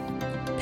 แถ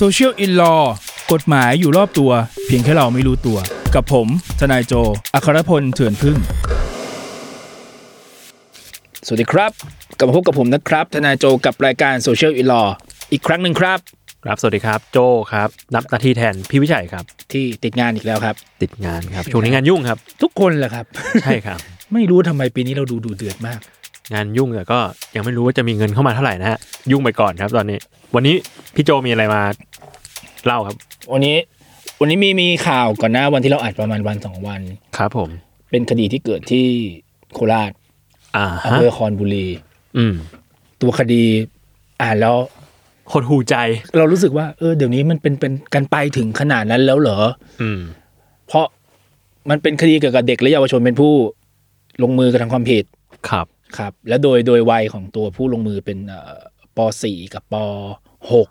Social in Law กฎหมายอยู่รอบตัว เพียงแค่เราไม่รู้ตัว กับผม ทนายโจ อัครพลเถื่อนพึ่ง สวัสดีครับกลับมาพบกับผมนะครับ ทนายโจกับรายการ Social in Law อีกครั้งหนึ่งครับ ครับ สวัสดีครับ โจครับ นับหนาทีแทนพี่วิชัยครับ ที่ติดงานอีกแล้วครับ ติดงานครับ ช่วงนี้งานยุ่ง ครับ ทุกคนแหละครับ ใช่ครับ ไม่รู้ทำไมปีนี้เราดูดูเดือดมาก งานยุ่งแต่ก็ยังไม่รู้ว่าจะมีเงินเข้ามาเท่าไหร่นะฮะ ยุ่งไปก่อนครับ ตอนนี้ วันนี้พี่โจมีอะไรมาเล่าครับ วันนี้ วันนี้มีมีข่าวก่อนหน้าวันที่เราอัดประมาณวันสองวัน ครับผม เป็นคดีที่เกิดที่โคราช อ่า อำ ฮะ เภอคอนบุรี อืม ตัวคดีอ่านแล้ว หดหูใจ เรารู้สึกว่าเออเดี๋ยวนี้มันเป็นเป็นการไปถึงขนาดนั้นแล้วเหรอ อืม เพราะมันเป็นคดีเกี่ยวกับเด็กและเยาวชนเป็นผู้ลงมือกระทำความผิด ครับ ครับ และโดยโดยวัยของตัวผู้ลงมือเป็นเอ่อป .4 กับป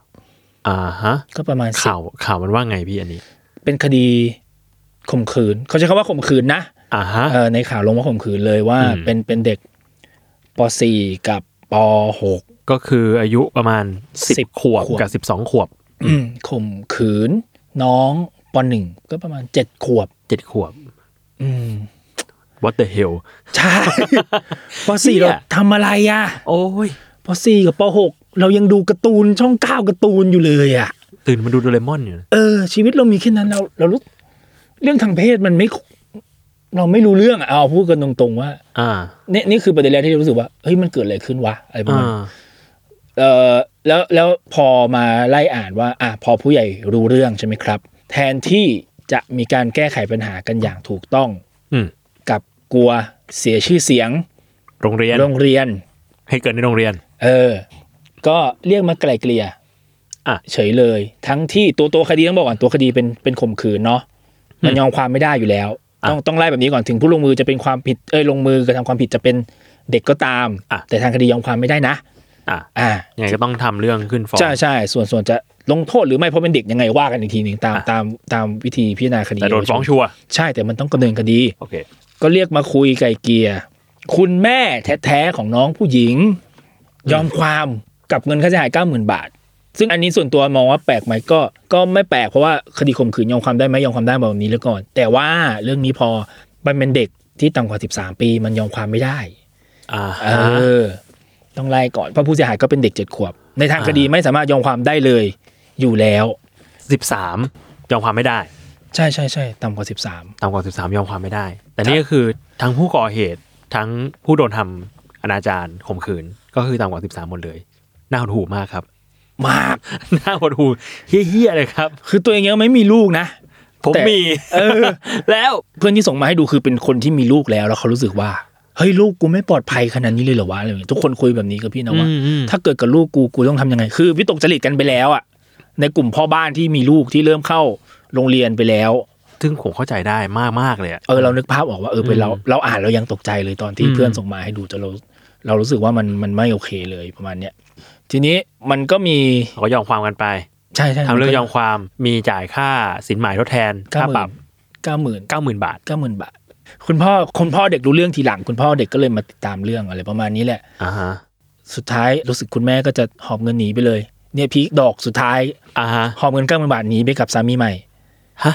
.6 อ่าฮะ ก็ประมาณสิ ข่าว ข่าวมันว่าไงพี่อันนี้ เป็นคดีข่มขืน เขาใช้คำว่าข่มขืนนะ อ่าฮะ เออในข่าวลงว่าข่มขืนเลยว่า อืม เป็นเป็นเด็กป .4 กับป .6 ก็คืออายุประมาณ สิ สิ บบ ขวบ ขวบ กับสิบสองขวบ ข่มขืน น้องป .1 ก็ประมาณเจ็ดขวบ เจ็ดขวบ อืม what the hell ใช่ ปสี่ เหี้ เรา ย ทำอะไรอ่ะ โอ้ย ปสี่กับปหกเรายังดูการ์ตูนช่องเก้าการ์ตูนอยู่เลยอ่ะ ตื่นมาดูโดเรมอนอยู่นะ เออ ชีวิตเรามีแค่นั้นเราเรารู้เรื่องทางเพศมันไม่ เราไม่รู้เรื่องอ่ะเอาพูดกันตรงๆว่า อ่า เนี่ยนี่คือประเด็นแรกที่เรารู้สึกว่าเฮ้ยมันเกิดอะไรขึ้นวะอะไรประมาณ อ่า นั้นเออแล้วแล้วพอมาไล่อ่านว่า อ่ะพอผู้ใหญ่รู้เรื่องใช่ไหมครับ แทนที่จะมีการแก้ไขปัญหากันอย่างถูกต้อง อืม กลับกลัวเสียชื่อเสียง โรงเรียน โรงเรียน ให้เกิดในโรงเรียน เออ ก็เรียกมาไกลเกลี่ย อ่ะ เฉยเลย ทั้งที่ตัวตัวคดีต้องบอกก่อนตัวคดีเป็นเป็นข่มขืนเนาะ มันยอมความไม่ได้อยู่แล้ว อ่ะ ต้องต้องไล่แบบนี้ก่อนถึงผู้ลงมือจะเป็นความผิด เอ้ยลงมือกระทำความผิดจะเป็นเด็กก็ตาม อ่ะ แต่ทางคดียอมความไม่ได้นะ อ่ะ อ่า ยังไงก็ต้องทำเรื่องขึ้นฟ้อง ใช่ใช่ส่วนส่วนจะลงโทษหรือไม่เพราะเป็นเด็กยังไงว่ากันอีกทีหนึ่งตาม อ่ะ ตามตามวิธีพิจารณาคดี แต่โดนฟ้องชัวร์ ใช่แต่มันต้องดำเนินคดี โอเค ก็เรียกมาคุยไกลเกลีย คุณแม่แท้ๆของน้องผู้หญิง ยอมความกับเงินค่าเสียหายเก้าหมื่นบาท ซึ่งอันนี้ส่วนตัวมองว่าแปลกไหมก็ ก็ไม่แปลกเพราะว่าคดีข่มขืนยอมความได้ไหมยอมความได้แบบนี้แล้วก่อน แต่ว่าเรื่องนี้พอมันเป็นเด็กที่ต่ำกว่า 13 ปีมันยอมความไม่ได้ อ่า เอ ฮะ อ ต้องไล่ก่อนเพราะผู้เสียหายก็เป็นเด็กเจ็ดขวบ ในทาง อ่า คดีไม่สามารถยอมความได้เลย อยู่แล้ว สิบสามยอมความไม่ได้ ใช่ใช่ใช่ต่ำกว่า 13 ต่ำกว่าสิบสามยอมความไม่ได้ แต่นี่ก็คือทั้งผู้ก่อเหตุทั้งผู้โดนทำอนาจารข่มขืน ก็คือต่ำกว่าสิบสามหมดเลยน่าหดหูมากครับ มาก น่าหดหูเฮี้ยๆเลยครับ คือตัวเองยังไม่มีลูกนะ ผม แต่ มี เออ แล้ว เพื่อนที่ส่งมาให้ดูคือเป็นคนที่มีลูกแล้ว แล้วเขารู้สึกว่าเฮ้ยลูกกูไม่ปลอดภัยขนาดนี้เลยเหรอวะอะไรอย่างเงี้ยทุกคนคุยแบบนี้กับพี่นะว่า อืมๆ ถ้าเกิดกับลูกกูกูต้องทำยังไง คือวิตกจริตกันไปแล้วอ่ะในกลุ่มพ่อบ้านที่มีลูกที่เริ่มเข้าโรงเรียนไปแล้ว ซึ่งผมเข้าใจได้มากๆเลยอะ เออเรานึกภาพออกว่าเออเป็นเราเราอ่านเรายังตกใจเลยตอนที่ อืม เพื่อนส่งมาให้ดูจนเราเรารู้สึกว่ามันมันไม่โอเคเลยประมาณเนี้ยทีนี้มันก็มี เราก็ยอมความกันไป ใช่ใช่ ทำเรื่องยอมความมีจ่ายค่าสินใหมายทดแทน เก้า ค่าปหมื่ รับ นเก้าหมื่น เก้าหมื่นบาท เก้าหมื่นบาท คุณพ่อคุณพ่อเด็กรู้เรื่องทีหลัง คุณพ่อเด็กก็เลยมาติดตามเรื่องอะไรประมาณนี้แหละ อ่าฮะ สุดท้ายรู้สึกคุณแม่ก็จะหอบเงินหนีไปเลย เนี่ยพีคดอกสุดท้าย อ่าฮะ หอบเงินเก้าหมื่นบาทหนีไปกับสามีใหม่ ฮะ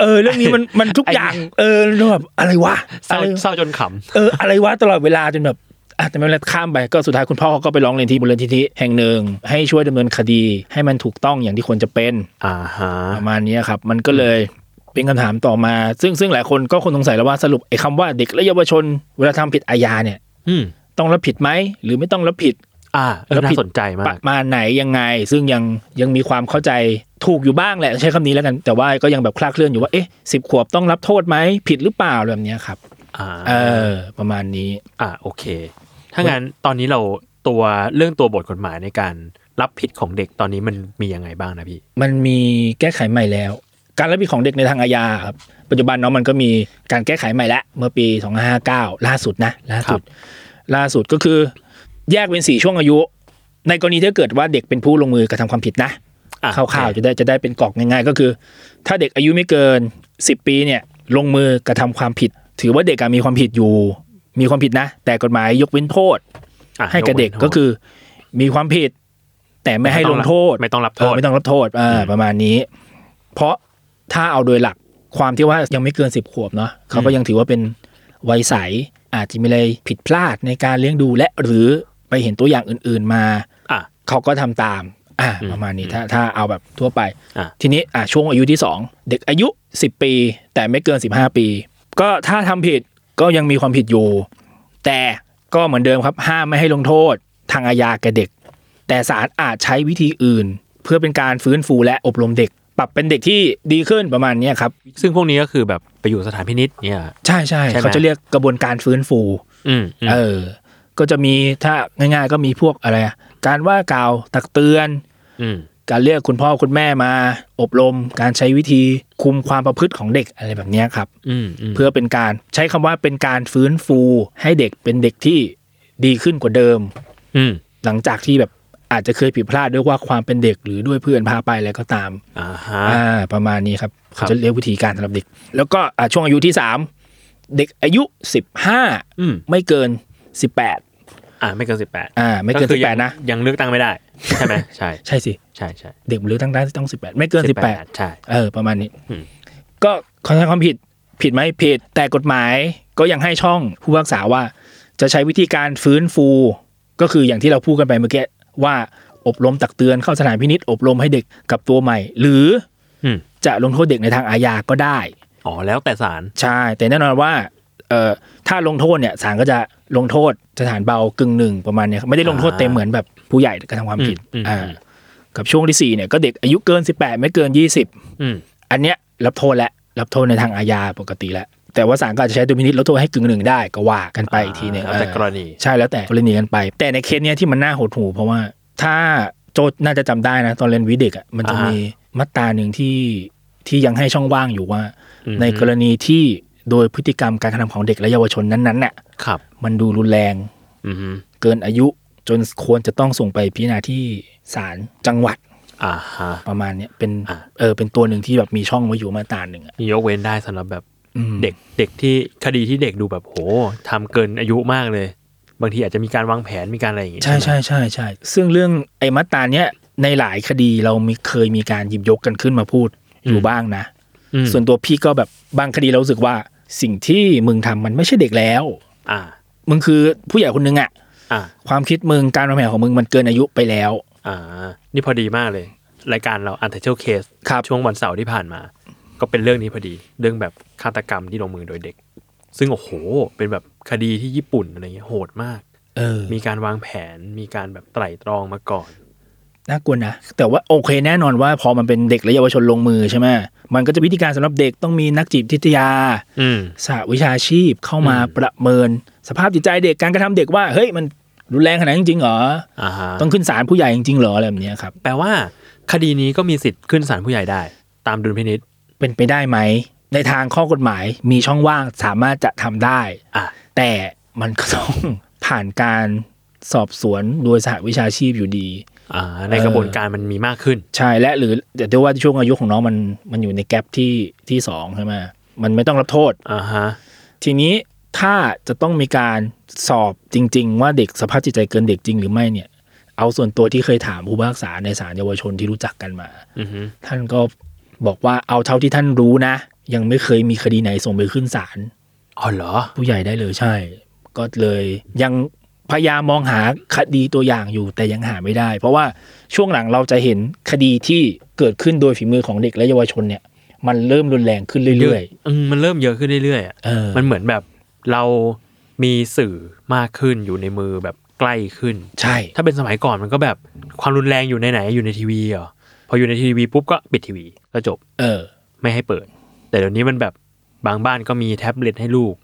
เออ เรื่องนี้มันมันทุก ไอ้ อย่าง เออแล้วแบบอะไรวะ เศร้า อะไร เศร้าจนขำ เอออะไรวะตลอดเวลาจนแบบ อ่ะแต่ไม่เป็นไรข้ามไปก็สุดท้ายคุณพ่อเขาก็ไปร้องเรียนที่มูลนิธิแห่งหนึ่ง ให้ช่วยดำเนินคดี ให้มันถูกต้องอย่างที่ควรจะเป็น อ่าฮะ ประมาณนี้ครับ มันก็เลยเป็นคำถามต่อมา ซึ่งซึ่งหลายคนก็คงสงสัยแล้วว่าสรุปไอ้คำว่าเด็กและเยาวชน เวลาทำผิดอาญาเนี่ย อืม ต้องรับผิดไหมหรือไม่ต้องรับผิด อ่าเออ แล้ว น่า ผิด สนใจมา ป ก ระมาณไหนยังไง ซึ่งยังยังมีความเข้าใจถูกอยู่บ้างแหละใช้คำนี้แล้วกัน แต่ว่าก็ยังแบบคลาดเคลื่อนอยู่ว่าเอ๊ะสิบขวบต้องรับโทษไหมผิดหรือเปล่าอะไรแบบเนี้ยครับ อ่า เออประมาณนี้ อ่าโอเค ถ้างั้นตอนนี้เราตัวเรื่องตัวบทกฎหมายในการรับผิดของเด็กตอนนี้มันมียังไงบ้างนะพี่ มันมีแก้ไขใหม่แล้ว การรับผิดของเด็กในทางอาญาครับปัจจุบันเนาะมันก็มีการแก้ไขใหม่แล้วเมื่อปี 2559 ล่าสุดนะล่าสุด ล่าสุดก็คือ แยกเป็นสี่ช่วงอายุ ในกรณีที่เกิดว่าเด็กเป็นผู้ลงมือกระทำความผิดนะ อ่ะ คร่าว โอ ๆ เค จะได้จะได้เป็นกรอกง่ายๆ ก็คือ ถ้าเด็กอายุไม่เกิน 10 ปีเนี่ยลงมือกระทำความผิด ถือว่าเด็กอะมีความผิดอยู่ มีความผิดนะ แต่กฎหมายยกเว้นโทษ อ่ะ ให้กับเด็ก ยว้นโทษ ก็คือมีความผิด แต่ไม่ให้ลงโทษ ไม่ต้องรับโทษ เไม่ต้องรับโทษอ่าประมาณนี้ เพราะถ้าเอาโดยหลักความที่ว่ายังไม่เกินสิบขวบเนาะเขาก็ยังถือว่าเป็นวัยใส อาจจะมีอะไรผิดพลาดในการเลี้ยงดูและหรือไปเห็นตัวอย่างอื่นๆมา อ่ะ เขาก็ทำตาม อ่า ประมาณนี้ ถ้า ถ้าเอาแบบทั่วไป อ่ะ ทีนี้ อ่าช่วงอายุที่สอง เด็กอายุ 10 ปี แต่ไม่เกิน 15 ปี ก็ถ้าทำผิด ก็ยังมีความผิดอยู่ แต่ก็เหมือนเดิมครับ ห้ามไม่ให้ลงโทษ ทางอาญาแก่เด็ก แต่ศาลอาจใช้วิธีอื่น เพื่อเป็นการฟื้นฟูและอบรมเด็ก ปรับเป็นเด็กที่ดีขึ้นประมาณเนี้ยครับ ซึ่งพวกนี้ก็คือแบบไปอยู่สถานพินิษเนี่ย ใช่ใช่ ใช่ไหม เขาจะเรียกกระบวนการฟื้นฟู อืมม เออ ก็จะมีถ้าง่าย ๆ ก็มีพวกอะไรอะการว่ากล่าวตักเตือน อืม การเรียกคุณพ่อคุณแม่มาอบรม การใช้วิธีคุมความประพฤติของเด็กอะไรแบบเนี้ยครับ อืมอืม เพื่อเป็นการใช้คำว่าเป็นการฟื้นฟูให้เด็กเป็นเด็กที่ดีขึ้นกว่าเดิม อืม หลังจากที่แบบอาจจะเคยผิดพลาดด้วยว่าความเป็นเด็กหรือด้วยเพื่อนพาไปอะไรก็ตาม อ่าฮะ อ่าประมาณนี้ครับ ครับ เขาจะเรียกวิธีการสำหรับเด็ก แล้วก็อ่าช่วงอายุที่สามเด็กอายุสิบห้า อืม ไม่เกินสิบแปด อ่าไม่เกินสิบแปด อ่า ไม่เกินสิบแปดนะ ยังเลือกตั้งไม่ได้ใช่ไหม ใช่ ใช่สิ ใช่ใช่ เด็กมันเลือกตั้งได้ต้องสิบแปดไม่เกินสิบแปด ใช่ เออประมาณนี้ อืม ก็ขอใช้ความผิดผิดไหมผิด แต่กฎหมายก็ยังให้ช่องผู้พิพากษาว่า จะใช้วิธีการฟื้นฟู ก็คืออย่างที่เราพูดกันไปเมื่อกี้ว่าอบรมตักเตือนเข้าสถานพินิษอบรมให้เด็กกลับตัวใหม่ หรือ อืม จะลงโทษเด็กในทางอาญาก็ได้ อ๋อแล้วแต่ศาล ใช่ แต่แน่นอนว่าเอ่อถ้าลงโทษเนี่ยศาลก็จะลงโทษสถานเบากึ่งหนึ่งประมาณเนี้ยครับไม่ได้ลงโทษเต็มเหมือนแบบผู้ใหญ่กระทำความผิดอ่ากับช่วงที่สี่เนี่ยก็เด็กอายุเกิน 18 ไม่เกิน 20 อืม อันเนี้ยรับโทษแล้วรับโทษในทางอาญาปกติแล้ว แต่ว่าศาลก็อาจจะใช้ดุลพินิษลดโทษให้กึ่งหนึ่งได้ก็ว่ากันไปอีกทีหนึง แล้วแต่ เออก รณี ใช่แล้วแต่กรณีกันไป แต่ในเคสเนี้ยที่มันน่าหดหู่เพราะว่าถ้าโจทย์น่าจะจำได้นะ ตอนเรียนวิเด็กอ่ะมันจะมีมาตราหนึ่งที่ที่ยังให้ช่องว่างอยู่ว่า อืม ในกรณีที่โดยพฤติกรรมการกระทำของเด็กและเยาวชนนั้นๆน่ะ ครับ มันดูรุนแรง อืมฮึ เกินอายุจนควรจะต้องส่งไปพิจารณาที่ศาลจังหวัด อ่าฮะ ประมาณเนี้ยเป็น อ่า เออเป็นตัวหนึ่งที่แบบมีช่องไว้อยู่มาตราหนึ่งอ่ะ มียกเว้นได้สำหรับแบบ อืม เด็กเด็กที่คดีที่เด็กดูแบบโหทำเกินอายุมากเลย บางทีอาจจะมีการวางแผนมีการอะไรอย่างงี้ ใช่ ไหม ใช่ใช่ใช่ซึ่งเรื่องไอ้มาตราเนี้ยในหลายคดีเรามีเคยมีการหยิบยกกันขึ้นมาพูดอยู่บ้างนะ อืม ส่วนตัวพี่ก็แบบบางคดีเรารู้สึกว่าสิ่งที่มึงทำมันไม่ใช่เด็กแล้ว อ่า มึงคือผู้ใหญ่คนนึงอะ อ่า ความคิดมึงการวางแผนของมึงมันเกินอายุไปแล้ว อ่า นี่พอดีมากเลย รายการเรา Untitled Case ครับ ช่วงวันเสาร์ที่ผ่านมา ก็เป็นเรื่องนี้พอดี เรื่องแบบฆาตกรรมที่ลงมือโดยเด็ก ซึ่งโอ้โห เป็นแบบคดีที่ญี่ปุ่นอะไรเงี้ยโหดมาก เออ มีการวางแผน มีการแบบไตร่ตรองมาก่อน น่ากลัวนะ แต่ว่าโอเคแน่นอนว่าพอมันเป็นเด็กและเยาวชนลงมือใช่ไหมมันก็จะวิธีการสำหรับเด็กต้องมีนักจิตวิทยา อืม สหวิชาชีพเข้ามาประเมิน สภาพจิตใจเด็กการกระทำเด็กว่าเฮ้ยมันรุนแรงขนาดนั้นจริงๆเหรอ อ่าฮะ ต้องขึ้นศาลผู้ใหญ่จริงๆเหรออะไรแบบเนี้ยครับ แปลว่า คดีนี้ก็มีสิทธิ์ขึ้นศาลผู้ใหญ่ได้ ตามดุลพินิษ เป็นไปได้ไหม ในทางข้อกฎหมายมีช่องว่างสามารถจะทำได้ อ่ะ แต่มันก็ต้อง ผ่านการสอบสวนโดยสหวิชาชีพอยู่ดี อ่า ในกระบวนการมันมีมากขึ้น ใช่และหรือแต่ด้วยว่าช่วงอายุของน้องมันมันอยู่ในแกลบที่ที่สองใช่ไหมมันไม่ต้องรับโทษ อ่าฮะ ทีนี้ถ้าจะต้องมีการสอบจริง ๆ ว่าเด็กสภาพจิตใจเกินเด็กจริงหรือไม่เนี่ย เอาส่วนตัวที่เคยถามผู้พิพากษาในศาลเยาวชนที่รู้จักกันมา อือฮึ ท่านก็บอกว่าเอาเท่าที่ท่านรู้นะ ยังไม่เคยมีคดีไหนส่งไปขึ้นศาล อ๋อเหรอ ผู้ใหญ่ได้เลยใช่ ก็เลยยัง พยายามมองหาคดีตัวอย่างอยู่แต่ยังหาไม่ได้ เพราะว่าช่วงหลังเราจะเห็นคดีที่เกิดขึ้นโดยฝีมือของเด็กและเยาวชนเนี่ย มันเริ่มรุนแรงขึ้นเรื่อย ๆมันเริ่มเยอะขึ้นเรื่อยๆอะ เออ มันเหมือนแบบเรามีสื่อมากขึ้นอยู่ในมือแบบใกล้ขึ้น ๆ ใช่ ถ้าเป็นสมัยก่อนมันก็แบบความรุนแรงอยู่ในไหนอยู่ในทีวีเหรอพออยู่ในทีวีปุ๊บก็ปิดทีวีก็จบ เออ ไม่ให้เปิด แต่เดี๋ยวนี้มันแบบบางบ้านก็มีแท็บเล็ตให้ลูก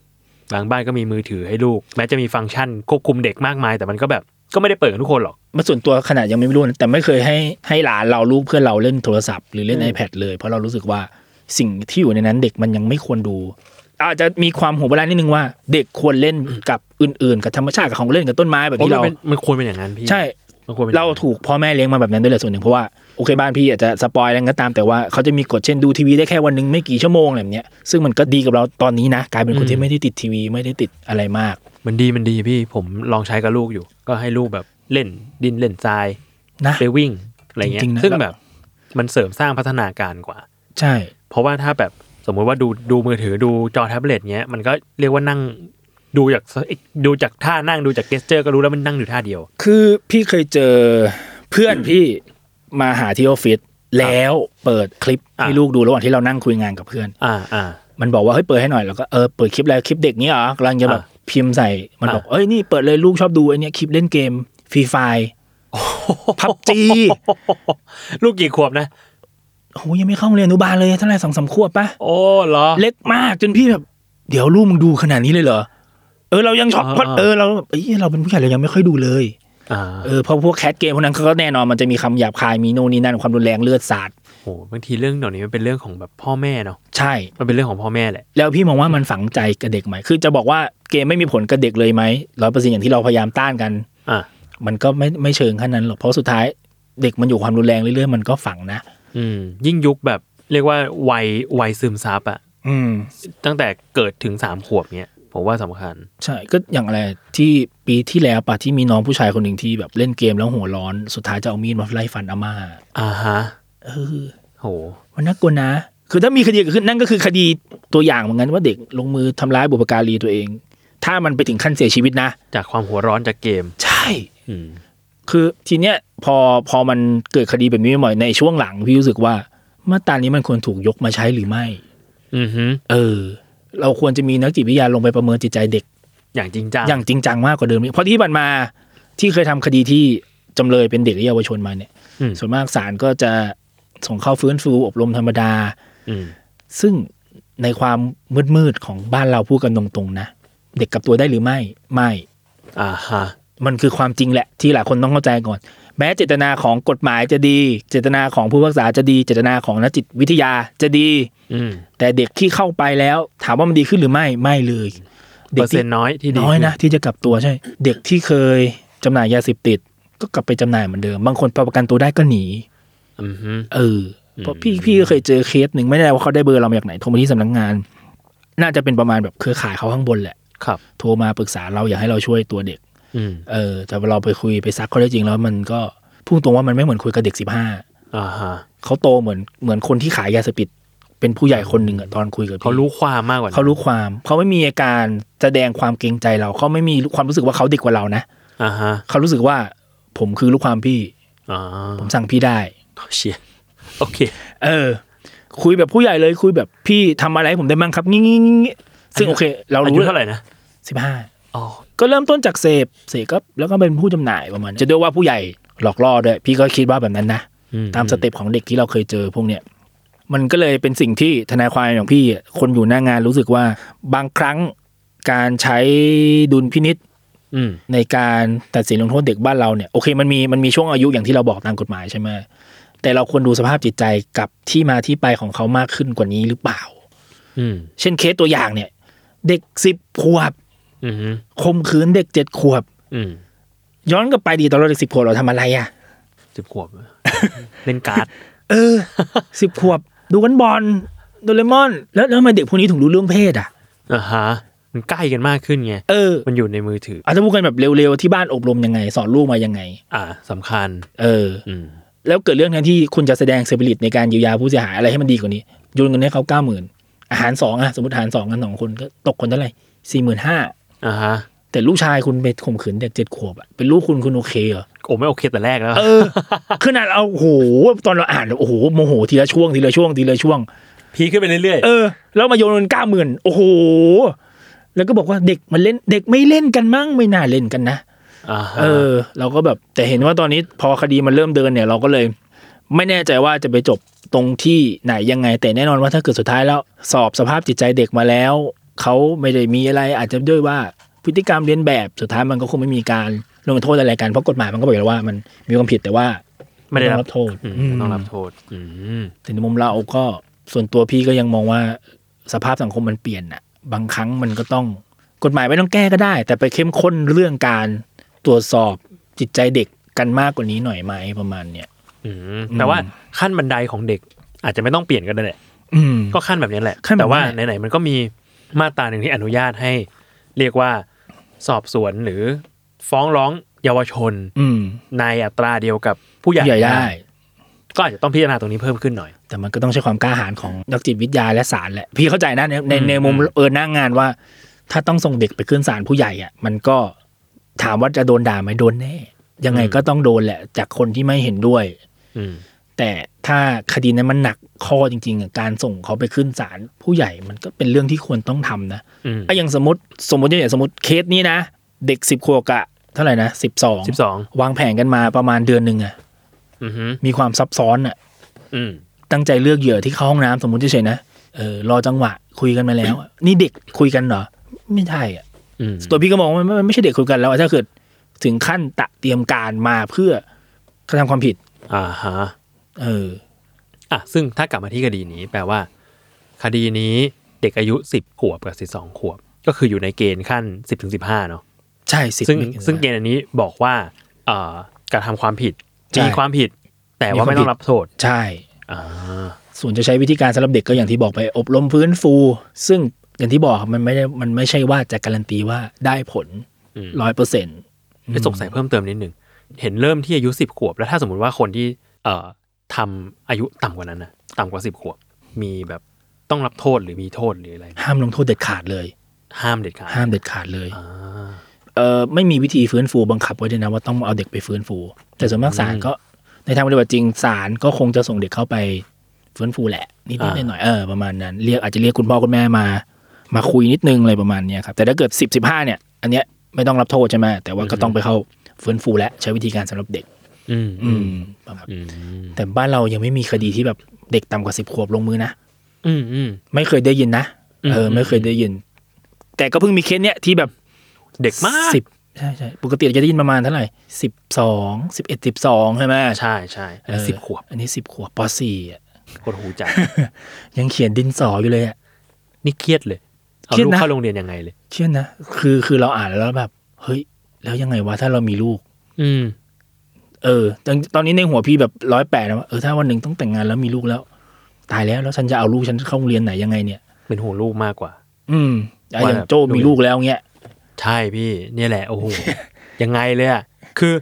บางบ้านก็มีมือถือให้ลูก แม้จะมีฟังก์ชันควบคุมเด็กมากมาย แต่มันก็แบบก็ไม่ได้เปิดกับทุกคนหรอก มาส่วนตัวขนาดยังไม่รู้นะแต่ไม่เคยให้ให้หลานเราลูกเพื่อนเราเล่นโทรศัพท์ หรือเล่น iPad เลย เพราะเรารู้สึกว่าสิ่งที่อยู่ในนั้นเด็กมันยังไม่ควรดู อาจจะมีความหัวโบราณนิดนึงว่า เด็กควรเล่นกับอื่นๆ กับธรรมชาติกับของเล่นกับต้นไม้แบบ ผม ที่ ว่า เรา มันเป็นมันควรเป็นอย่างนั้นพี่ ใช่ มันควรเป็นอย่ เรา งนั้น ถูกพ่อแม่เลี้ยงมาแบบนั้นด้วยแหละส่วนหนึ่งเพราะว่าโอเคบ้านพี่อาจจะสปอยอะไรก็ตามแต่ว่าเขาจะมีกฎเช่นดูทีวีได้แค่วันหนึ่งไม่กี่ชั่วโมงอะไรแบบเนี้ยซึ่งมันก็ดีกับเราตอนนี้นะกลายเป็นคนที่ไม่ได้ติดทีวีไม่ได้ติดอะไรมาก มันดีมันดีพี่ผมลองใช้กับลูกอยู่ ก็ให้ลูกแบบเล่นดินเล่นทราย นะ ไปวิ่งอะไรเงี้ จ ย ริงๆนะ ซึ่งแบบมันเสริมสร้างพัฒนาการกว่า ใช่ เพราะว่าถ้าแบบสมมุติว่าดูดูมือถือดูจอแท็บเล็ตเงี้ยมันก็เรียกว่านั่งดูจากดูจากท่านั่งดูจากเกสเจอร์ก็รู้แล้วมันนั่งอยู่ท่าเดียว คือพี่เคยเจอเพื่อนพี่มาหาที่ออฟฟิศแล้วเปิดคลิปให้ อ่ะ ลูกดูระหว่างที่เรานั่งคุยงานกับเพื่อน อ่าอ่า มันบอกว่าเฮ้ยเปิดให้หน่อยแล้วก็เออเปิดคลิปแล้วคลิปเด็กนี้เหรอกำลังจะแบบ อ่ะ พิมพ์ใส่มัน อ่ะ บอกเอ้ยนี่เปิดเลยลูกชอบดูไอ้เนี่ยคลิปเล่นเกมฟรีไฟพับจี ลูกกี่ขวบนะ โอ้ยังไม่เข้าโรงเรียนอนุบาลเลยเท่าไหร่สองสามขวบปะ โอ้เหรอ เล็กมากจนพี่แบบ เดี๋ยวลูกมึงดูขนาดนี้เลยเหรอ เออเรายังช็อก อ่า เพราะ อ่า เออเราแบบเอ้ยเราเป็นผู้ใหญ่เรายังไม่ค่อยดูเลย อ่า เออเพราะพวกแคทเกมพวกนั้นเขาก็แน่นอนมันจะมีคำหยาบคายมีโน่นนี่นั่นความรุนแรงเลือดสาด โหบางทีเรื่องเหล่านี้มันเป็นเรื่องของแบบพ่อแม่เนาะ ใช่ มันเป็นเรื่องของพ่อแม่แหละ แล้วพี่มองว่ามันฝังใจกับเด็กไหมคือจะบอกว่าเกมไม่มีผลกับเด็กเลยไหมร้อยเปอร์เซ็นต์อย่างที่เราพยายามต้านกัน อ่า มันก็ไม่ไม่เชิงขั้นนั้นหรอกเพราะสุดท้ายเด็กมันอยู่ความรุนแรงเรื่อยๆมันก็ฝังนะ อืมยิ่งยุคแบบเรียกว่าวัยวัยซึมซับอะ อืม ตั้งแต่เกิดถึงสามขวบเนี้ยผมว่าสำคัญ ใช่ก็อย่างอะไรที่ปีที่แล้วปะที่มีน้องผู้ชายคนหนึ่งที่แบบเล่นเกมแล้วหัวร้อน สุดท้ายจะเอามีดมาไล่ฟันอาม่า อ่าฮะ เออ โห มันน่ากลัวนะ คือถ้ามีคดีเกิดขึ้นนั่นก็คือคดีตัวอย่างเหมือนกันว่าเด็กลงมือทำร้ายบุพการีตัวเอง ถ้ามันไปถึงขั้นเสียชีวิตนะ จากความหัวร้อนจากเกม ใช่ อืม คือทีเนี้ยพอพอมันเกิดคดีแบบนี้บ่อยๆในช่วงหลังพี่รู้สึกว่ามาตรานี้มันควรถูกยกมาใช้หรือไม่ อือฮึ เออ เราควรจะมีนักจิตวิทยาลงไปประเมินจิตใจเด็ก อย่างจริงจัง อย่างจริงจังมากกว่าเดิมอีกเพราะที่ผ่านมาที่เคยทำคดีที่จำเลยเป็นเด็กและเยาวชนมาเนี่ย อืม ส่วนมากศาลก็จะส่งเข้าฟื้นฟูอบรมธรรมดา อืม ซึ่งในความมืดมืดๆของบ้านเราพูดกันตรงๆนะ เด็กกลับตัวได้หรือไม่ไม่ อ่าฮะ มันคือความจริงแหละที่หลายคนต้องเข้าใจก่อน แม้เจตนาของกฎหมายจะดี เจตนาของผู้พิพากษาจะดี เจตนาของนักจิตวิทยาจะดี อืม แต่เด็กที่เข้าไปแล้ว ถามว่ามันดีขึ้นหรือไม่ไม่เลย เปอร์ ที่ เซ็นต์น้อยที่ดี น้อยนะที่จะกลับตัวใช่ เด็กที่เคยจำหน่ายยาเสพติด ก็กลับไปจำหน่ายเหมือนเดิม บางคนพอประกันตัวได้ก็หนี อือฮึ เออเพราะ อืม พี่พี่ก็เคยเจอเคสหนึ่งไม่แน่ว่าเขาได้เบอร์เรามาจากไหนโทรมาที่สำนักงาน น่าจะเป็นประมาณแบบเครือข่ายเขาข้างบนแหละ ครับ โทรมาปรึกษาเราอยากให้เราช่วยตัวเด็ก อืม เออแต่เราไปคุยไปซักข้อได้จริงแล้วมันก็พูดตรงว่ามันไม่เหมือนคุยกับเด็กสิบห้า อ่าฮะ เขาโตเหมือนเหมือนคนที่ขายยาเสพติดเป็นผู้ใหญ่คนหนึ่งอะตอนคุยกับพี่ เขารู้ความมากกว่านั้น เขารู้ความเขาไม่มีอาการแสดงความเกรงใจเราเขาไม่มีความรู้สึกว่าเขาเด็กกว่าเรานะ อ่าฮะ เขารู้สึกว่าผมคือลูกความพี่ อ่า ผมสั่งพี่ได้ เชียโอเค เออ คุยแบบผู้ใหญ่เลยคุยแบบพี่ทำอะไรให้ผมได้บ้างครับงี้งี้งี้งี้ซึ่งโอเค เรา อา รู้ ยุเท่าไหร่นะ สิบห้า อ๋อ ก็เริ่มต้นจากเสพเสพก็แล้วก็เป็นผู้จำหน่ายประมาณนั้นจะด้วยว่าผู้ใหญ่หลอกล่อด้วยพี่ก็คิดว่าแบบนั้นนะ อื ตามสเต็ปของเด็กที่เราเคยเจอพวกเนี้ยมันก็เลยเป็นสิ่งที่ทนายความอย่างพี่ คนอยู่หน้างานรู้สึกว่าบางครั้งการใช้ดุลพินิษ อืม ในการตัดสินลงโทษเด็กบ้านเราเนี่ยโอเคมันมีมันมีช่วงอายุอย่างที่เราบอกตามกฎหมายใช่ไหมแต่เราควรดูสภาพจิตใจกับที่มาที่ไปของเขามากขึ้นกว่านี้หรือเปล่า อืม เช่นเคสตัวอย่างเนี่ย เด็กสิบขวบ อืม คมขืนเด็กเจ็ดขวบ อืม ย้อนกลับไปดีตอนเราเด็กสิบขวบเราทำอะไรอะ่ะ สิบขว บ เล่นการ์ด เออ สิบขวบ ดูวันบอลโดเรมอน แล้วแล้วทำไมเด็กพวกนี้ถึงรู้เรื่องเพศอ่ะ อ่าฮะมันใกล้กันมากขึ้นไง เออ มันอยู่ในมือถือ อาจจะพูดกันแบบเร็วๆที่บ้านอบรมยังไง สอนลูกมายังไง อ่าสำคัญ เออ อืม แล้วเกิดเรื่องนั้นที่คุณจะแสดงเซอร์บิลิตในการเยียวยาผู้เสียหายอะไรให้มันดีกว่านี้โยนเงินให้เขาเก้าหมื่นอาหารสองอะสมมติอาหารสองกันสองคนก็ตกคนเท่าไหร่สี่หมื่นห้า อ่าฮะ แต่ลูกชายคุณไปข่มขืนเด็กเจ็ดขวบอะเป็นลูกคุณคุณโอเคเหรอ โอ้ไม่โอเคแต่แรกแล้ว เออ ขนาดเอาโอ้โหตอนเราอ่านโอ้โหโมโหทีละช่วงทีละช่วงทีละช่วง พีคขึ้นไปเรื่อย เออแล้วมาโยนเงินเก้าหมื่นโอ้โห แล้วก็บอกว่าเด็กมันเล่นเด็กไม่เล่นกันมั้งไม่น่าเล่นกันนะ ๆาฮะ เออ เราก็แบบแต่เห็นว่าตอนนี้พอคดีมันเริ่มเดินเนี่ย เราก็เลย ไม่แน่ใจว่าจะไปจบตรงที่ไหนยังไง แต่แน่นอนว่าถ้าเกิดสุดท้ายแล้ว สอบสภาพจิตใจเด็กมาแล้ว เขาไม่ได้มีอะไรอาจจะด้วยว่าพฤติกรรมเรียนแบบสุดท้ายมันก็คงไม่มีการลงโทษอะไรกันเพราะกฎหมายมันก็บอกอยู่แล้วว่ามันมีความผิดแต่ว่า ไม่ได้ ต้อง รั รั บบ โทษ อืม ม ต้องรับโทษ อืม แต่ในมุมเราก็ส่วนตัวพี่ก็ยังมองว่าสภาพสังคมมันเปลี่ยนอะบางครั้งมันก็ต้องกฎหมายไม่ต้องแก้ก็ได้ แต่ไปเข้มข้นเรื่องการตรวจสอบจิตใจเด็กกันมากกว่านี้หน่อยไหมประมาณเนี้ย อืมแปลว่าขั้นบันไดของเด็กอาจจะไม่ต้องเปลี่ยนกันเลยแหละ อืม ก็ขั้นแบบนี้แหละ ขั้นแบบนี้ แต่ว่าไหนๆมันก็มีมาตราหนึ่งที่อนุญาตให้ เรียกว่าสอบสวนหรือฟ้องร้องเยาวชน อืม ในอัตราเดียวกับผู้ใหญ่ ใหญ่ได้ ก็อาจจะต้องพิจารณาตรงนี้เพิ่มขึ้นหน่อย แต่มันก็ต้องใช้ความกล้าหาญของนักจิตวิทยาและศาลแหละ พี่เข้าใจนะในในในมุม อืม เออหน้างงานว่า ถ้าต้องส่งเด็กไปขึ้นศาลผู้ใหญ่อะมันก็ถามว่าจะโดนด่าไหมโดนแน่ยังไงก็ต้องโดนแหละ จากคนที่ไม่เห็นด้วย อืม แต่ถ้าคดีนั้นมันหนักข้อจริงๆอ่ะการส่งเขาไปขึ้นศาลผู้ใหญ่มันก็เป็นเรื่องที่ควรต้องทำนะ อืม ไอ้อย่างสมมติสมมติอย่างสมมติเคสนี้นะ เด็กสิบขวบกะเท่าไหร่นะสิบสอง สิบสอง วางแผนกันมาประมาณเดือนหนึ่งอ่ะ อือฮึ มีความซับซ้อนอ่ะ อืม ตั้งใจเลือกเหยื่อที่เข้าห้องน้ำสมมติเฉยๆนะเออรอจังหวะคุยกันมาแล้วอะนี่เด็กคุยกันเหรอไม่ใช่อ่ะ อืม ตัวพี่ก็มองว่ามันมันไม่ใช่เด็กคุยกันแล้วอะถ้าเกิดถึงขั้นตะเตรียมการมาเพื่อกระทำความผิด อ่าฮะ เออ อ่ะซึ่งถ้ากลับมาที่คดีนี้ แปลว่า คดีนี้เด็กอายุสิบขวบกับสิบสองขวบ ก็คืออยู่ในเกณฑ์ขั้นสิบถึงสิบห้าเนาะ ใช่สิ ซึ่ง ไม่เกิน ซึ่งเกณฑ์อันนี้บอกว่าเอ่อกระทำความผิด ใช่ มีความผิด แต่ว่าไม่ต้อง มีความผิด รับโทษ ใช่ อ่า ส่วนจะใช้วิธีการสำหรับเด็กก็อย่างที่บอกไปอบรมฟื้นฟู ซึ่งอย่างที่บอกครับมันไม่ได้มันไม่ใช่ว่าจะการันตีว่าได้ผล อืม ร้อยเปอร์เซ็นต์ ได้สงสัยเพิ่มเติมนิดหนึ่งเห็นเริ่มที่อายุสิบขวบ แล้วถ้าสมมติว่าคนที่เอ่อทำอายุต่ำกว่านั้นนะต่ำกว่าสิบขวบ มีแบบต้องรับโทษหรือมีโทษหรืออะไรไหม ห้ามลงโทษเด็ดขาดเลย ห้ามเด็ดขาด ห้ามเด็ดขาดเลย อ่า เออไม่มีวิธีฟื้นฟูบังคับไว้ด้วยนะว่าต้องเอาเด็กไปฟื้นฟู แต่ส่วนมากศาลก็ในทางปฏิบัติจริงศาลก็คงจะส่งเด็กเข้าไปฟื้นฟูแหละนิดนิดหน่อยหน่อยๆเออประมาณนั้นเรียกอาจจะเรียกคุณพ่อคุณแม่มา มาคุยนิดนึงอะไรประมาณเนี้ยครับแต่ถ้าเกิดสิบสิบห้าเนี่ย อันเนี้ยไม่ต้องรับโทษใช่ไหมแต่ว่าก็ต้องไปเข้าฟื้นฟูและใช้วิธีการสำหรับเด็ก อืม อื อืม มประมาณ อืม แต่บ้านเรายังไม่มีคดีที่แบบเด็กต่ำกว่าสิบขวบลงมือนะ อืมอืม ไม่เคยได้ยินนะ อืม เออ ไม่เคยได้ยิน แต่ก็เพิ่งมีเคสเนี้ยที่แบบ เด็กมาก สิบใช่ใช่ปกติเราจะได้ยินประมาณเท่าไหร่สิบสองสิบเอ็ดสิบสองใช่ไหม ใช่ใช่อันนี้สิบขวบ อันนี้สิบขวบปสี่อะ โคตรหูจัด ยังเขียนดินสออยู่เลยอะ นี่เครียดเลยเอา เครียด ลูก นะ เข้าโรงเรียนยังไงเลย เชื่อนะ คือคือเราอ่านแล้วแบบ เฮ้ย แล้วยังไงวะถ้าเรามีลูก อืม เออตอนตอนนี้ในหัวพี่แบบร้อยแปดนะว่าเออถ้าวันหนึ่งต้องแต่งงานแล้วมีลูกแล้ว ตายแล้วแล้วฉันจะเอาลูกฉันเข้าโรงเรียนไหนยังไงเนี่ย เป็นห่วงลูกมากกว่า อืมอ่ะอย่างโจมีลูกแล้วเงี้ย ใช่พี่เนี่ยแหละ โอ้โห ยังไงเลยอะคือ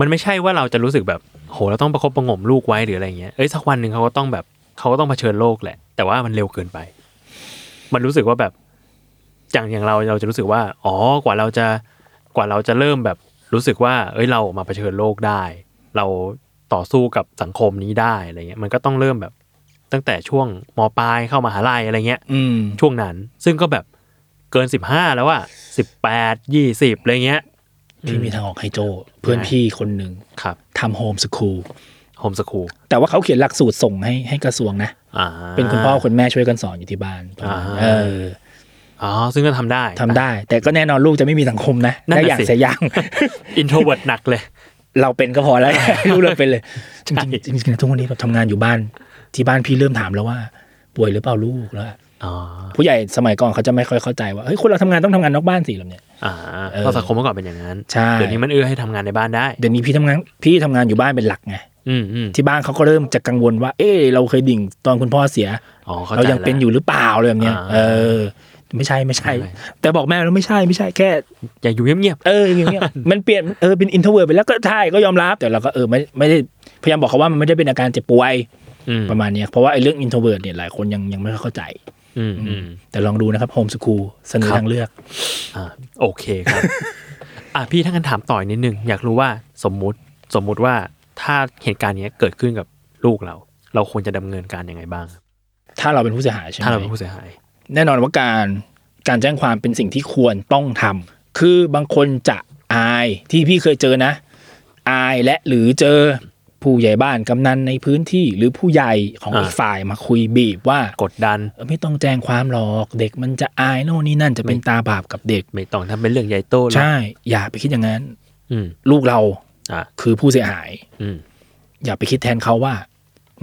มันไม่ใช่ว่าเราจะรู้สึกแบบโหเราต้องประคบประหงมลูกไว้หรืออะไรเงี้ยเอ้ยสักวันหนึ่งเขาก็ต้องแบบเขาก็ต้องเผชิญโลกแหละ แต่ว่ามันเร็วเกินไป มันรู้สึกว่าแบบอย่างอย่างเราเราจะรู้สึกว่า อ๋อกว่าเราจะกว่าเราจะเริ่มแบบรู้สึกว่า เอ้ยเราออกมาเผชิญโลกได้ เราต่อสู้กับสังคมนี้ได้อะไรเงี้ยมันก็ต้องเริ่มแบบ ตั้งแต่ช่วงมปลายเข้ามหาลัยอะไรเงี้ย อืม ช่วงนั้นซึ่งก็แบบเกินสิบห้าแล้วอะสิบแปดยี่สิบอะไรเงี้ย พี่มีทางออกให้โจ เพื่อนพี่คนหนึ่ง ครับ ทำโฮมสคูล โฮมสคูล แต่ว่าเขาเขียนหลักสูตรส่งให้ให้กระทรวงนะ อ่า เป็นคุณพ่อคุณแม่ช่วยกันสอนอยู่ที่บ้านประมาณนั้น อ่า เออ อ๋อ ซึ่งก็ทำได้ ทำได้ แต่ก็แน่นอนลูกจะไม่มีสังคมนะ นั่น ได้ น่ะ อย่าง สิ เสียอย่าง อินโทรเวิร์ดหนักเลย เราเป็นก็พอ แล้ว ลูกเราเป็นเลย จริง ใช่ ๆจริงๆจริงๆนะทุกวันนี้แบบทำงานอยู่บ้าน ที่บ้านพี่เริ่มถามแล้วว่า ป่วยหรือเปล่าลูกแล้ว อ๋อ ผู้ใหญ่สมัยก่อนเขาจะไม่ค่อยเข้าใจว่าเฮ้ยคนเราทำงานต้องทำงานนอกบ้านสิแบบเนี้ย อ่า เออ เพราะสังคมเมื่อก่อนเป็นอย่างนั้น ใช่ เดี๋ยวนี้มันเอื้อให้ทำงานในบ้านได้ เดี๋ยวนี้พี่ทำงานพี่ทำงานอยู่บ้านเป็นหลักไง อืมอืม ที่บ้านเขาก็เริ่มจะกังวลว่า เออเราเคยดิ่งตอนคุณพ่อเสีย อ๋อเข้าใจ เรายังเป็นอยู่ แล้ หรือเปล่าเลยแบบเนี้ย อ่า เออ ไม่ใช่ไม่ใช่ ไม่ใช่ แต่บอกแม่แล้วไม่ใช่ไม่ใช่แค่ วอย่าอยู่เงียบ เอออย่างเงี้ย มันเปลี่ยนเออเป็นอินทเวิร์ไปแล้วก็ใช่ก็ยอมรับแต่เราก็เออไม่ไม่ได้พยายามบอกเขาว่ามันไม่ได้เป็นอาการเจ็บป่วย ๆอืม ประมาณเนี้ยเพราะว่าไอ้เรื่องอินทเวิร์เนี่ยหลายคนยังยังไม่ค่อยเข้าใจ อืมอืม แต่ลองดูนะครับโฮมส o ูลเสนอทางเลือก อ่าโอเคครับ อ่ะพี่ถ้างั้นถามต่อยนิดนึง อยากรู้ว่าสมมุติสมมุติว่าถ้าเหตุการณ์เนี้ยเกิดขึ้นกับลูกเรา เราควรจะดำเนินการยังไงบ้าง ถ้าเราเป็นผู้เสียหายใช่ไหม ถ้าเราเป็นผู้เสียหาย แน่นอนว่าการการแจ้งความเป็นสิ่งที่ควรต้องทำคือบางคนจะอายที่พี่เคยเจอนะ อายและหรือเจอผู้ใหญ่บ้านกำนันในพื้นที่หรือผู้ใหญ่ของ อ่า อีกฝ่ายมาคุยบีบว่าก ดดัน เออไม่ต้องแจ้งความหรอกเด็กมันจะอายโน่นนี่นั่นจะเป็นตาบาปกับเด็ก ไม่ต้องทำเป็นเรื่องใหญ่โตหรอก ใช่ อย่าไปคิดอย่างนั้น อืม ลูกเรา อ่ะ คือผู้เสียหาย อืม อย่าไปคิดแทนเขาว่า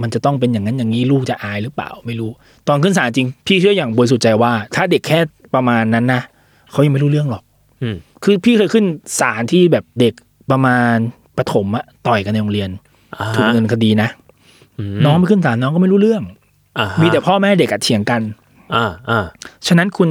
มันจะต้องเป็นอย่างนั้นอย่างนี้ลูกจะอายหรือเปล่า ไม่รู้ ตอนขึ้นศาลจริง พี่เชื่ออย่างบริสุทธิ์ใจว่า ถ้าเด็กแค่ประมาณนั้นนะเขายังไม่รู้เรื่องหรอก อืม คือพี่เคยขึ้นศาลที่แบบเด็กประมาณประถมอะต่อยกันในโรงเรียน อ่า ถูกเงินคดีนะ ม น้องไปขึ้นศาลน้องก็ไม่รู้เรื่อง อ่าฮะ มีแต่พ่อแม่เด็กอะเถียงกัน อ่าอ่า ฉะนั้นคุณ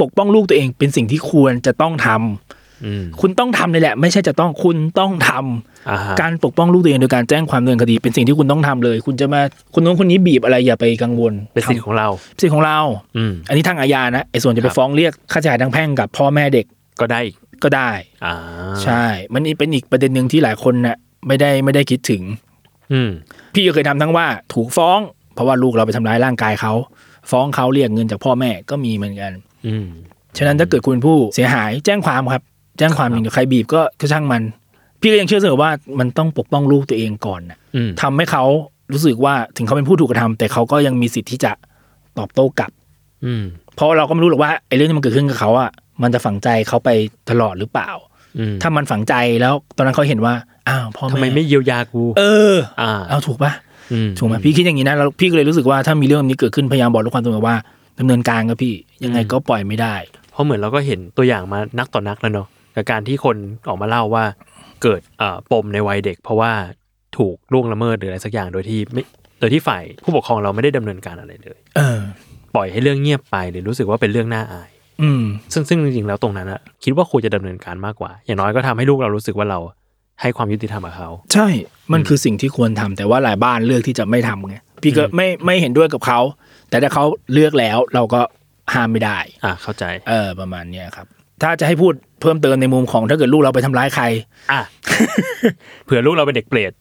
ปกป้องลูกตัวเองเป็นสิ่งที่ควรจะต้องทำ อืม คุณต้องทำเลยแหละ ไม่ใช่จะต้องคุณต้องทำ อ่าฮะ การปกป้องลูกตัวเองโดยการแจ้งความดำเนินคดีเป็นสิ่งที่คุณต้องทำเลย คุณจะมาคนนู้นคนนี้บีบอะไรอย่าไปกังวล เป็นสิทธิ์ของเรา ทำสิทธิ์ของเรา อืม อันนี้ทางอาญานะไอ้ส่วนจะไป ครับ ฟ้องเรียกค่าเสียหายทางแพ่งกับพ่อแม่เด็ก ก็ได้อีก ก็ได้ อ่า ใช่ มันนี่เป็นอีกประเด็นหนึ่งที่หลายคนน่ะไม่ได้ไม่ได้คิดถึง อืม พี่ก็เคยทำทั้งว่าถูกฟ้อง เพราะว่าลูกเราไปทำร้ายร่างกายเขาฟ้องเขาเรียกเงินจากพ่อแม่ก็มีเหมือนกัน อืม ฉะนั้นถ้าเกิดคุณเป็นผู้เสียหายแจ้งความครับ แจ้งความอย่างเดียวใครบีบก็ก็ช่างมัน พี่ก็ยังเชื่อเสมอว่ามันต้องปกป้องลูกตัวเองก่อนนะ อืม ทำให้เขารู้สึกว่าถึงเขาเป็นผู้ถูกกระทำแต่เขาก็ยังมีสิทธิ์ที่จะตอบโต้กลับ อืม เพราะเราก็ไม่รู้หรอกว่าไอ้เรื่องที่มันเกิดขึ้นกับเขาอ่ะมันจะฝังใจเขาไปตลอดหรือเปล่า อืม ถ้ามันฝังใจแล้วตอนนั้นเขาเห็นว่าอ้าวพ่อ ทำไม แม่ ไม่เยียวยากู เออ อ่า เอาถูกปะ อืม ถูกไหมพี่คิดอย่างนี้นะแล้วพี่ก็เลยรู้สึกว่าถ้ามีเรื่องแบบนี้เกิดขึ้นพยายามบอกลูกความตัวเองว่าดำเนินการครับพี่ยังไงก็ปล่อยไม่ได้ เพราะเหมือนเราก็เห็นตัวอย่างมานักต่อนักแล้วเนาะกับการที่คนออกมาเล่าว่าเกิดเอ่อปมในวัยเด็ก เพราะว่าถูกล่วงละเมิดหรืออะไรสักอย่างโดยที่ไม่โดยที่ฝ่ายผู้ปกครองเราไม่ได้ดำเนินการอะไรเลย เออ ปล่อยให้เรื่องเงียบไปหรือรู้สึกว่าเป็นเรื่องน่าอาย อืม ซึ่งซึ่งจริงๆแล้วตรงนั้นอะคิดว่าควรจะดำเนินการมากกว่า อย่างน้อยก็ทำให้ลูกเรารู้สึกว่าเราให้ความยุติธรรมกับเขา ใช่ มันคือสิ่งที่ควรทำแต่ว่าหลายบ้านเลือกที่จะไม่ทำไงพี่ก็ไม่ไม่เห็นด้วยกับเขา แต่ถ้าเขาเลือกแล้วเราก็ห้ามไม่ได้ อ่าเข้าใจ เออประมาณเนี้ยครับ ถ้าจะให้พูดเพิ่มเติมในมุมของถ้าเกิดลูกเราไปทำร้ายใคร อ่ะ เผื่อลูกเราเป็นเด็กเปรต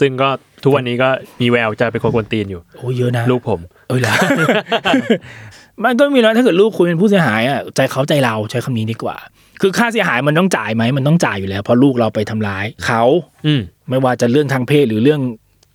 ซึ่งก็ทุกวันนี้ก็มีแววจะเป็นคนกวนตีนอยู่ โอ้เยอะนะ ลูกผม เอ้ยเหรอ มันก็มีแล้วถ้าเกิดลูกคุณเป็นผู้เสียหายอ่ะใจเขาใจเราใช้คำนี้ดีกว่า คือค่าเสียหายมันต้องจ่ายไหมมันต้องจ่ายอยู่แล้วเพราะลูกเราไปทำร้ายเขา อืม ไม่ว่าจะเรื่องทางเพศหรือเรื่อง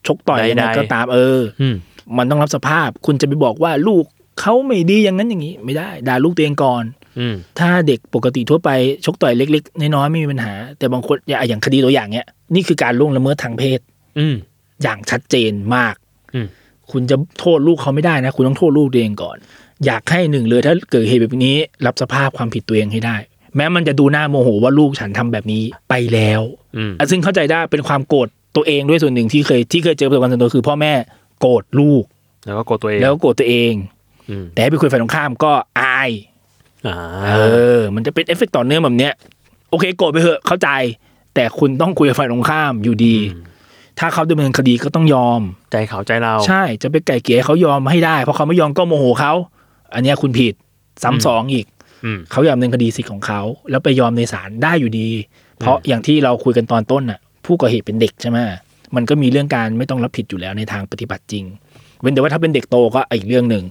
ชกต่อย ใดๆ ยังไงก็ตามเออ อืม มันต้องรับสภาพ คุณจะไปบอกว่าลูกเขาไม่ดีอย่างนั้นอย่างนี้ ไม่ได้ด่าลูกตัวเองก่อน อืม ถ้าเด็กปกติทั่วไปชกต่อยเล็กๆน้อยๆไม่มีปัญหา แต่บางคนอย่างอย่างคดีตัวอย่างเนี้ยนี่คือการล่วงละเมิดทางเพศ อืม อย่างชัดเจนมาก อืม คุณจะโทษลูกเขาไม่ได้นะ คุณต้องโทษลูกตัวเองก่อน อยากให้หนึ่งเลยถ้าเกิดเหตุแบบนี้ รับสภาพความผิดตัวเองให้ได้ แม้มันจะดูหน้าโมโหว่าลูกฉันทำแบบนี้ไปแล้ว อืม อ่ะซึ่งเข้าใจได้เป็นความโกรธตัวเองด้วยส่วนหนึ่งที่เคยที่เคยเจอประสบการณ์ส่วนตัวคือพ่อแม่โกรธลูก แล้วก็โกรธตัวเอง แล้วก็โกรธตัวเอง อืม แต่ให้ไปคุยฝ่ายตรงข้ามก็อาย อ่า เออ มันจะเป็นเอฟเฟกต์ต่อเนื่องแบบเนี้ยโอเคโกรธไปเถอะเข้าใจ แต่คุณต้องคุยกับฝ่ายตรงข้ามอยู่ดี ถ้าเขาดำเนินคดีก็ต้องยอม ใจเขาใจเรา ใช่จะไปไก่เกลี่ยให้เขายอมให้ได้เพราะเขาไม่ยอมก็โมโหเขา อันเนี้ยคุณผิด อืม ซ้ำสองอีก อืม เขายอมดำเนินคดีสิทธิ์ของเขาแล้วไปยอมในศาลได้อยู่ดี เพราะ อืม อย่างที่เราคุยกันตอนต้นน่ะ ผู้ก่อเหตุเป็นเด็กใช่ไหมมันก็มีเรื่องการไม่ต้องรับผิดอยู่แล้วในทางปฏิบัติจริง เว้นแต่ว่าถ้าเป็นเด็กโตก็อีกเรื่องหนึ่ง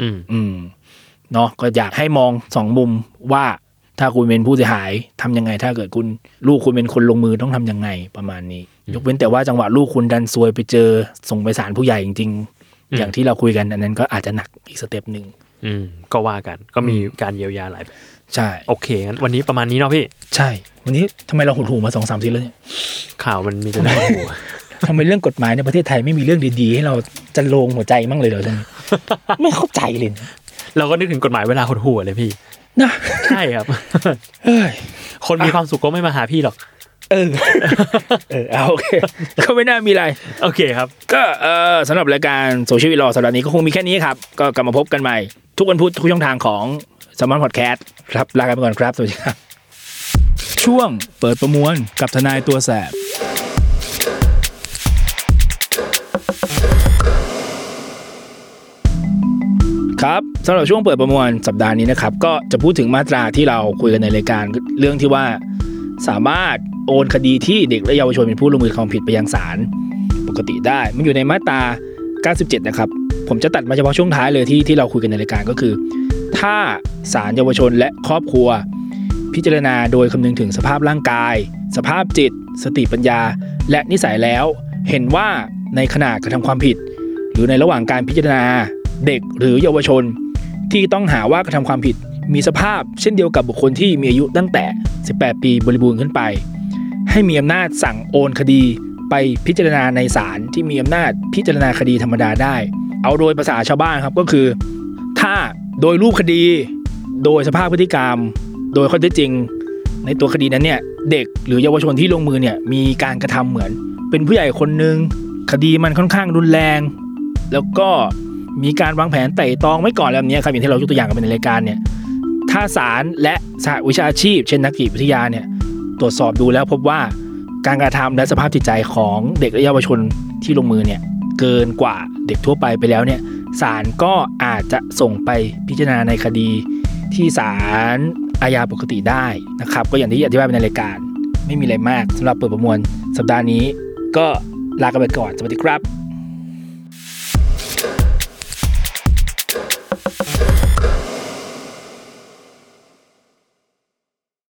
อืม อืมเนาะก็อยากให้มองสองมุมว่าถ้าคุณเป็นผู้เสียหายทำยังไง ถ้าเกิดคุณลูกคุณเป็นคนลงมือต้องทำยังไงประมาณนี้ ยกเว้นแต่ว่าจังหวะลูกคุณดันซวยไปเจอส่งไปศาลผู้ใหญ่จริง ๆ อืม อย่างที่เราคุยกันอันนั้นก็อาจจะหนักอีกสเต็ปหนึ่ง อืม ก็ว่ากัน ก็มีการเยียวยาหลายแบบ ใช่ โอเคงั้นวันนี้ประมาณนี้เนาะพี่ ใช่ วันนี้ทำไมเราหดหูมาสองสามทีแล้วเนี่ย ข่าวมันมีแต่เรื่องหัว ทำไมเรื่องกฎหมายในประเทศไทยไม่มีเรื่องดีๆ ให้เราจะโลงหัวใจมั่งเลยเหรอท่าน ไม่เข้าใจเลยนะ เราก็นึกถึงกฎหมายเวลาหดหัวเลยพี่ นะ ใช่ครับ เอ้ย คนมีความสุขก็ไม่มาหาพี่หรอก เออ เออเอาโอเค ก็ไม่น่ามีอะไร โอเคครับ ก็เออสำหรับรายการโซเชียลวีลอสัปดาห์นี้ก็คงมีแค่นี้ครับ ก็กลับมาพบกันใหม่ ทุกวันพุธทุกช่องทางของสมาร์ทพอดแคสต์ครับลากันไปก่อนครับ สวัสดีครับ ช่วงเปิดประมวลกับทนายตัวแสบครับสำหรับช่วงเปิดประมวลสัปดาห์นี้นะครับ ก็จะพูดถึงมาตราที่เราคุยกันในรายการเรื่องที่ว่า สามารถโอนคดีที่เด็กและเยาวชนเป็นผู้ลงมือความผิดไปยังศาลปกติได้ มันอยู่ในมาตรา 97 นะครับ ผมจะตัดมาเฉพาะช่วงท้ายเลยที่ที่เราคุยกันในรายการก็คือ ถ้าศาลเยาวชนและครอบครัว พิจารณาโดยคำนึงถึงสภาพร่างกาย สภาพจิต สติปัญญา และนิสัยแล้ว เห็นว่าในขณะกระทำความผิด หรือในระหว่างการพิจารณาเด็กหรือเยาวชน ที่ต้องหาว่ากระทำความผิด มีสภาพเช่นเดียวกับบุคคลที่มีอายุตั้งแต่ 18 ปีบริบูรณ์ขึ้นไป ให้มีอำนาจสั่งโอนคดีไปพิจารณาในศาลที่มีอำนาจพิจารณาคดีธรรมดาได้ เอาโดยภาษาชาวบ้านครับก็คือ ถ้าโดยรูปคดี โดยสภาพพฤติกรรม โดยข้อเท็จจริง ในตัวคดีนั้นเนี่ยเด็กหรือเยาวชนที่ลงมือเนี่ยมีการกระทำเหมือน เป็นผู้ใหญ่คนหนึ่งคดีมันค่อนข้างรุนแรง แล้วก็มีการวางแผนไต่ตองไว้ก่อนแล้วแบบเนี้ยครับอย่างที่เรายกตัวอย่างกันไปในรายการเนี่ยถ้าศาลและสหวิชาชีพ เช่นนักจิตวิทยาเนี่ยตรวจสอบดูแล้วพบว่าการกระทำและสภาพจิตใจของเด็กและเยาวชนที่ลงมือเนี่ยเกินกว่าเด็กทั่วไปไปแล้วเนี่ยศาลก็อาจจะส่งไปพิจารณาในคดี ที่ศาลอาญาปกติได้นะครับ ก็อย่างที่อธิบายไปในรายการ ไม่มีอะไรมากสำหรับเปิดประมวลสัปดาห์นี้ ก็ลากันไปก่อน สวัสดีครับ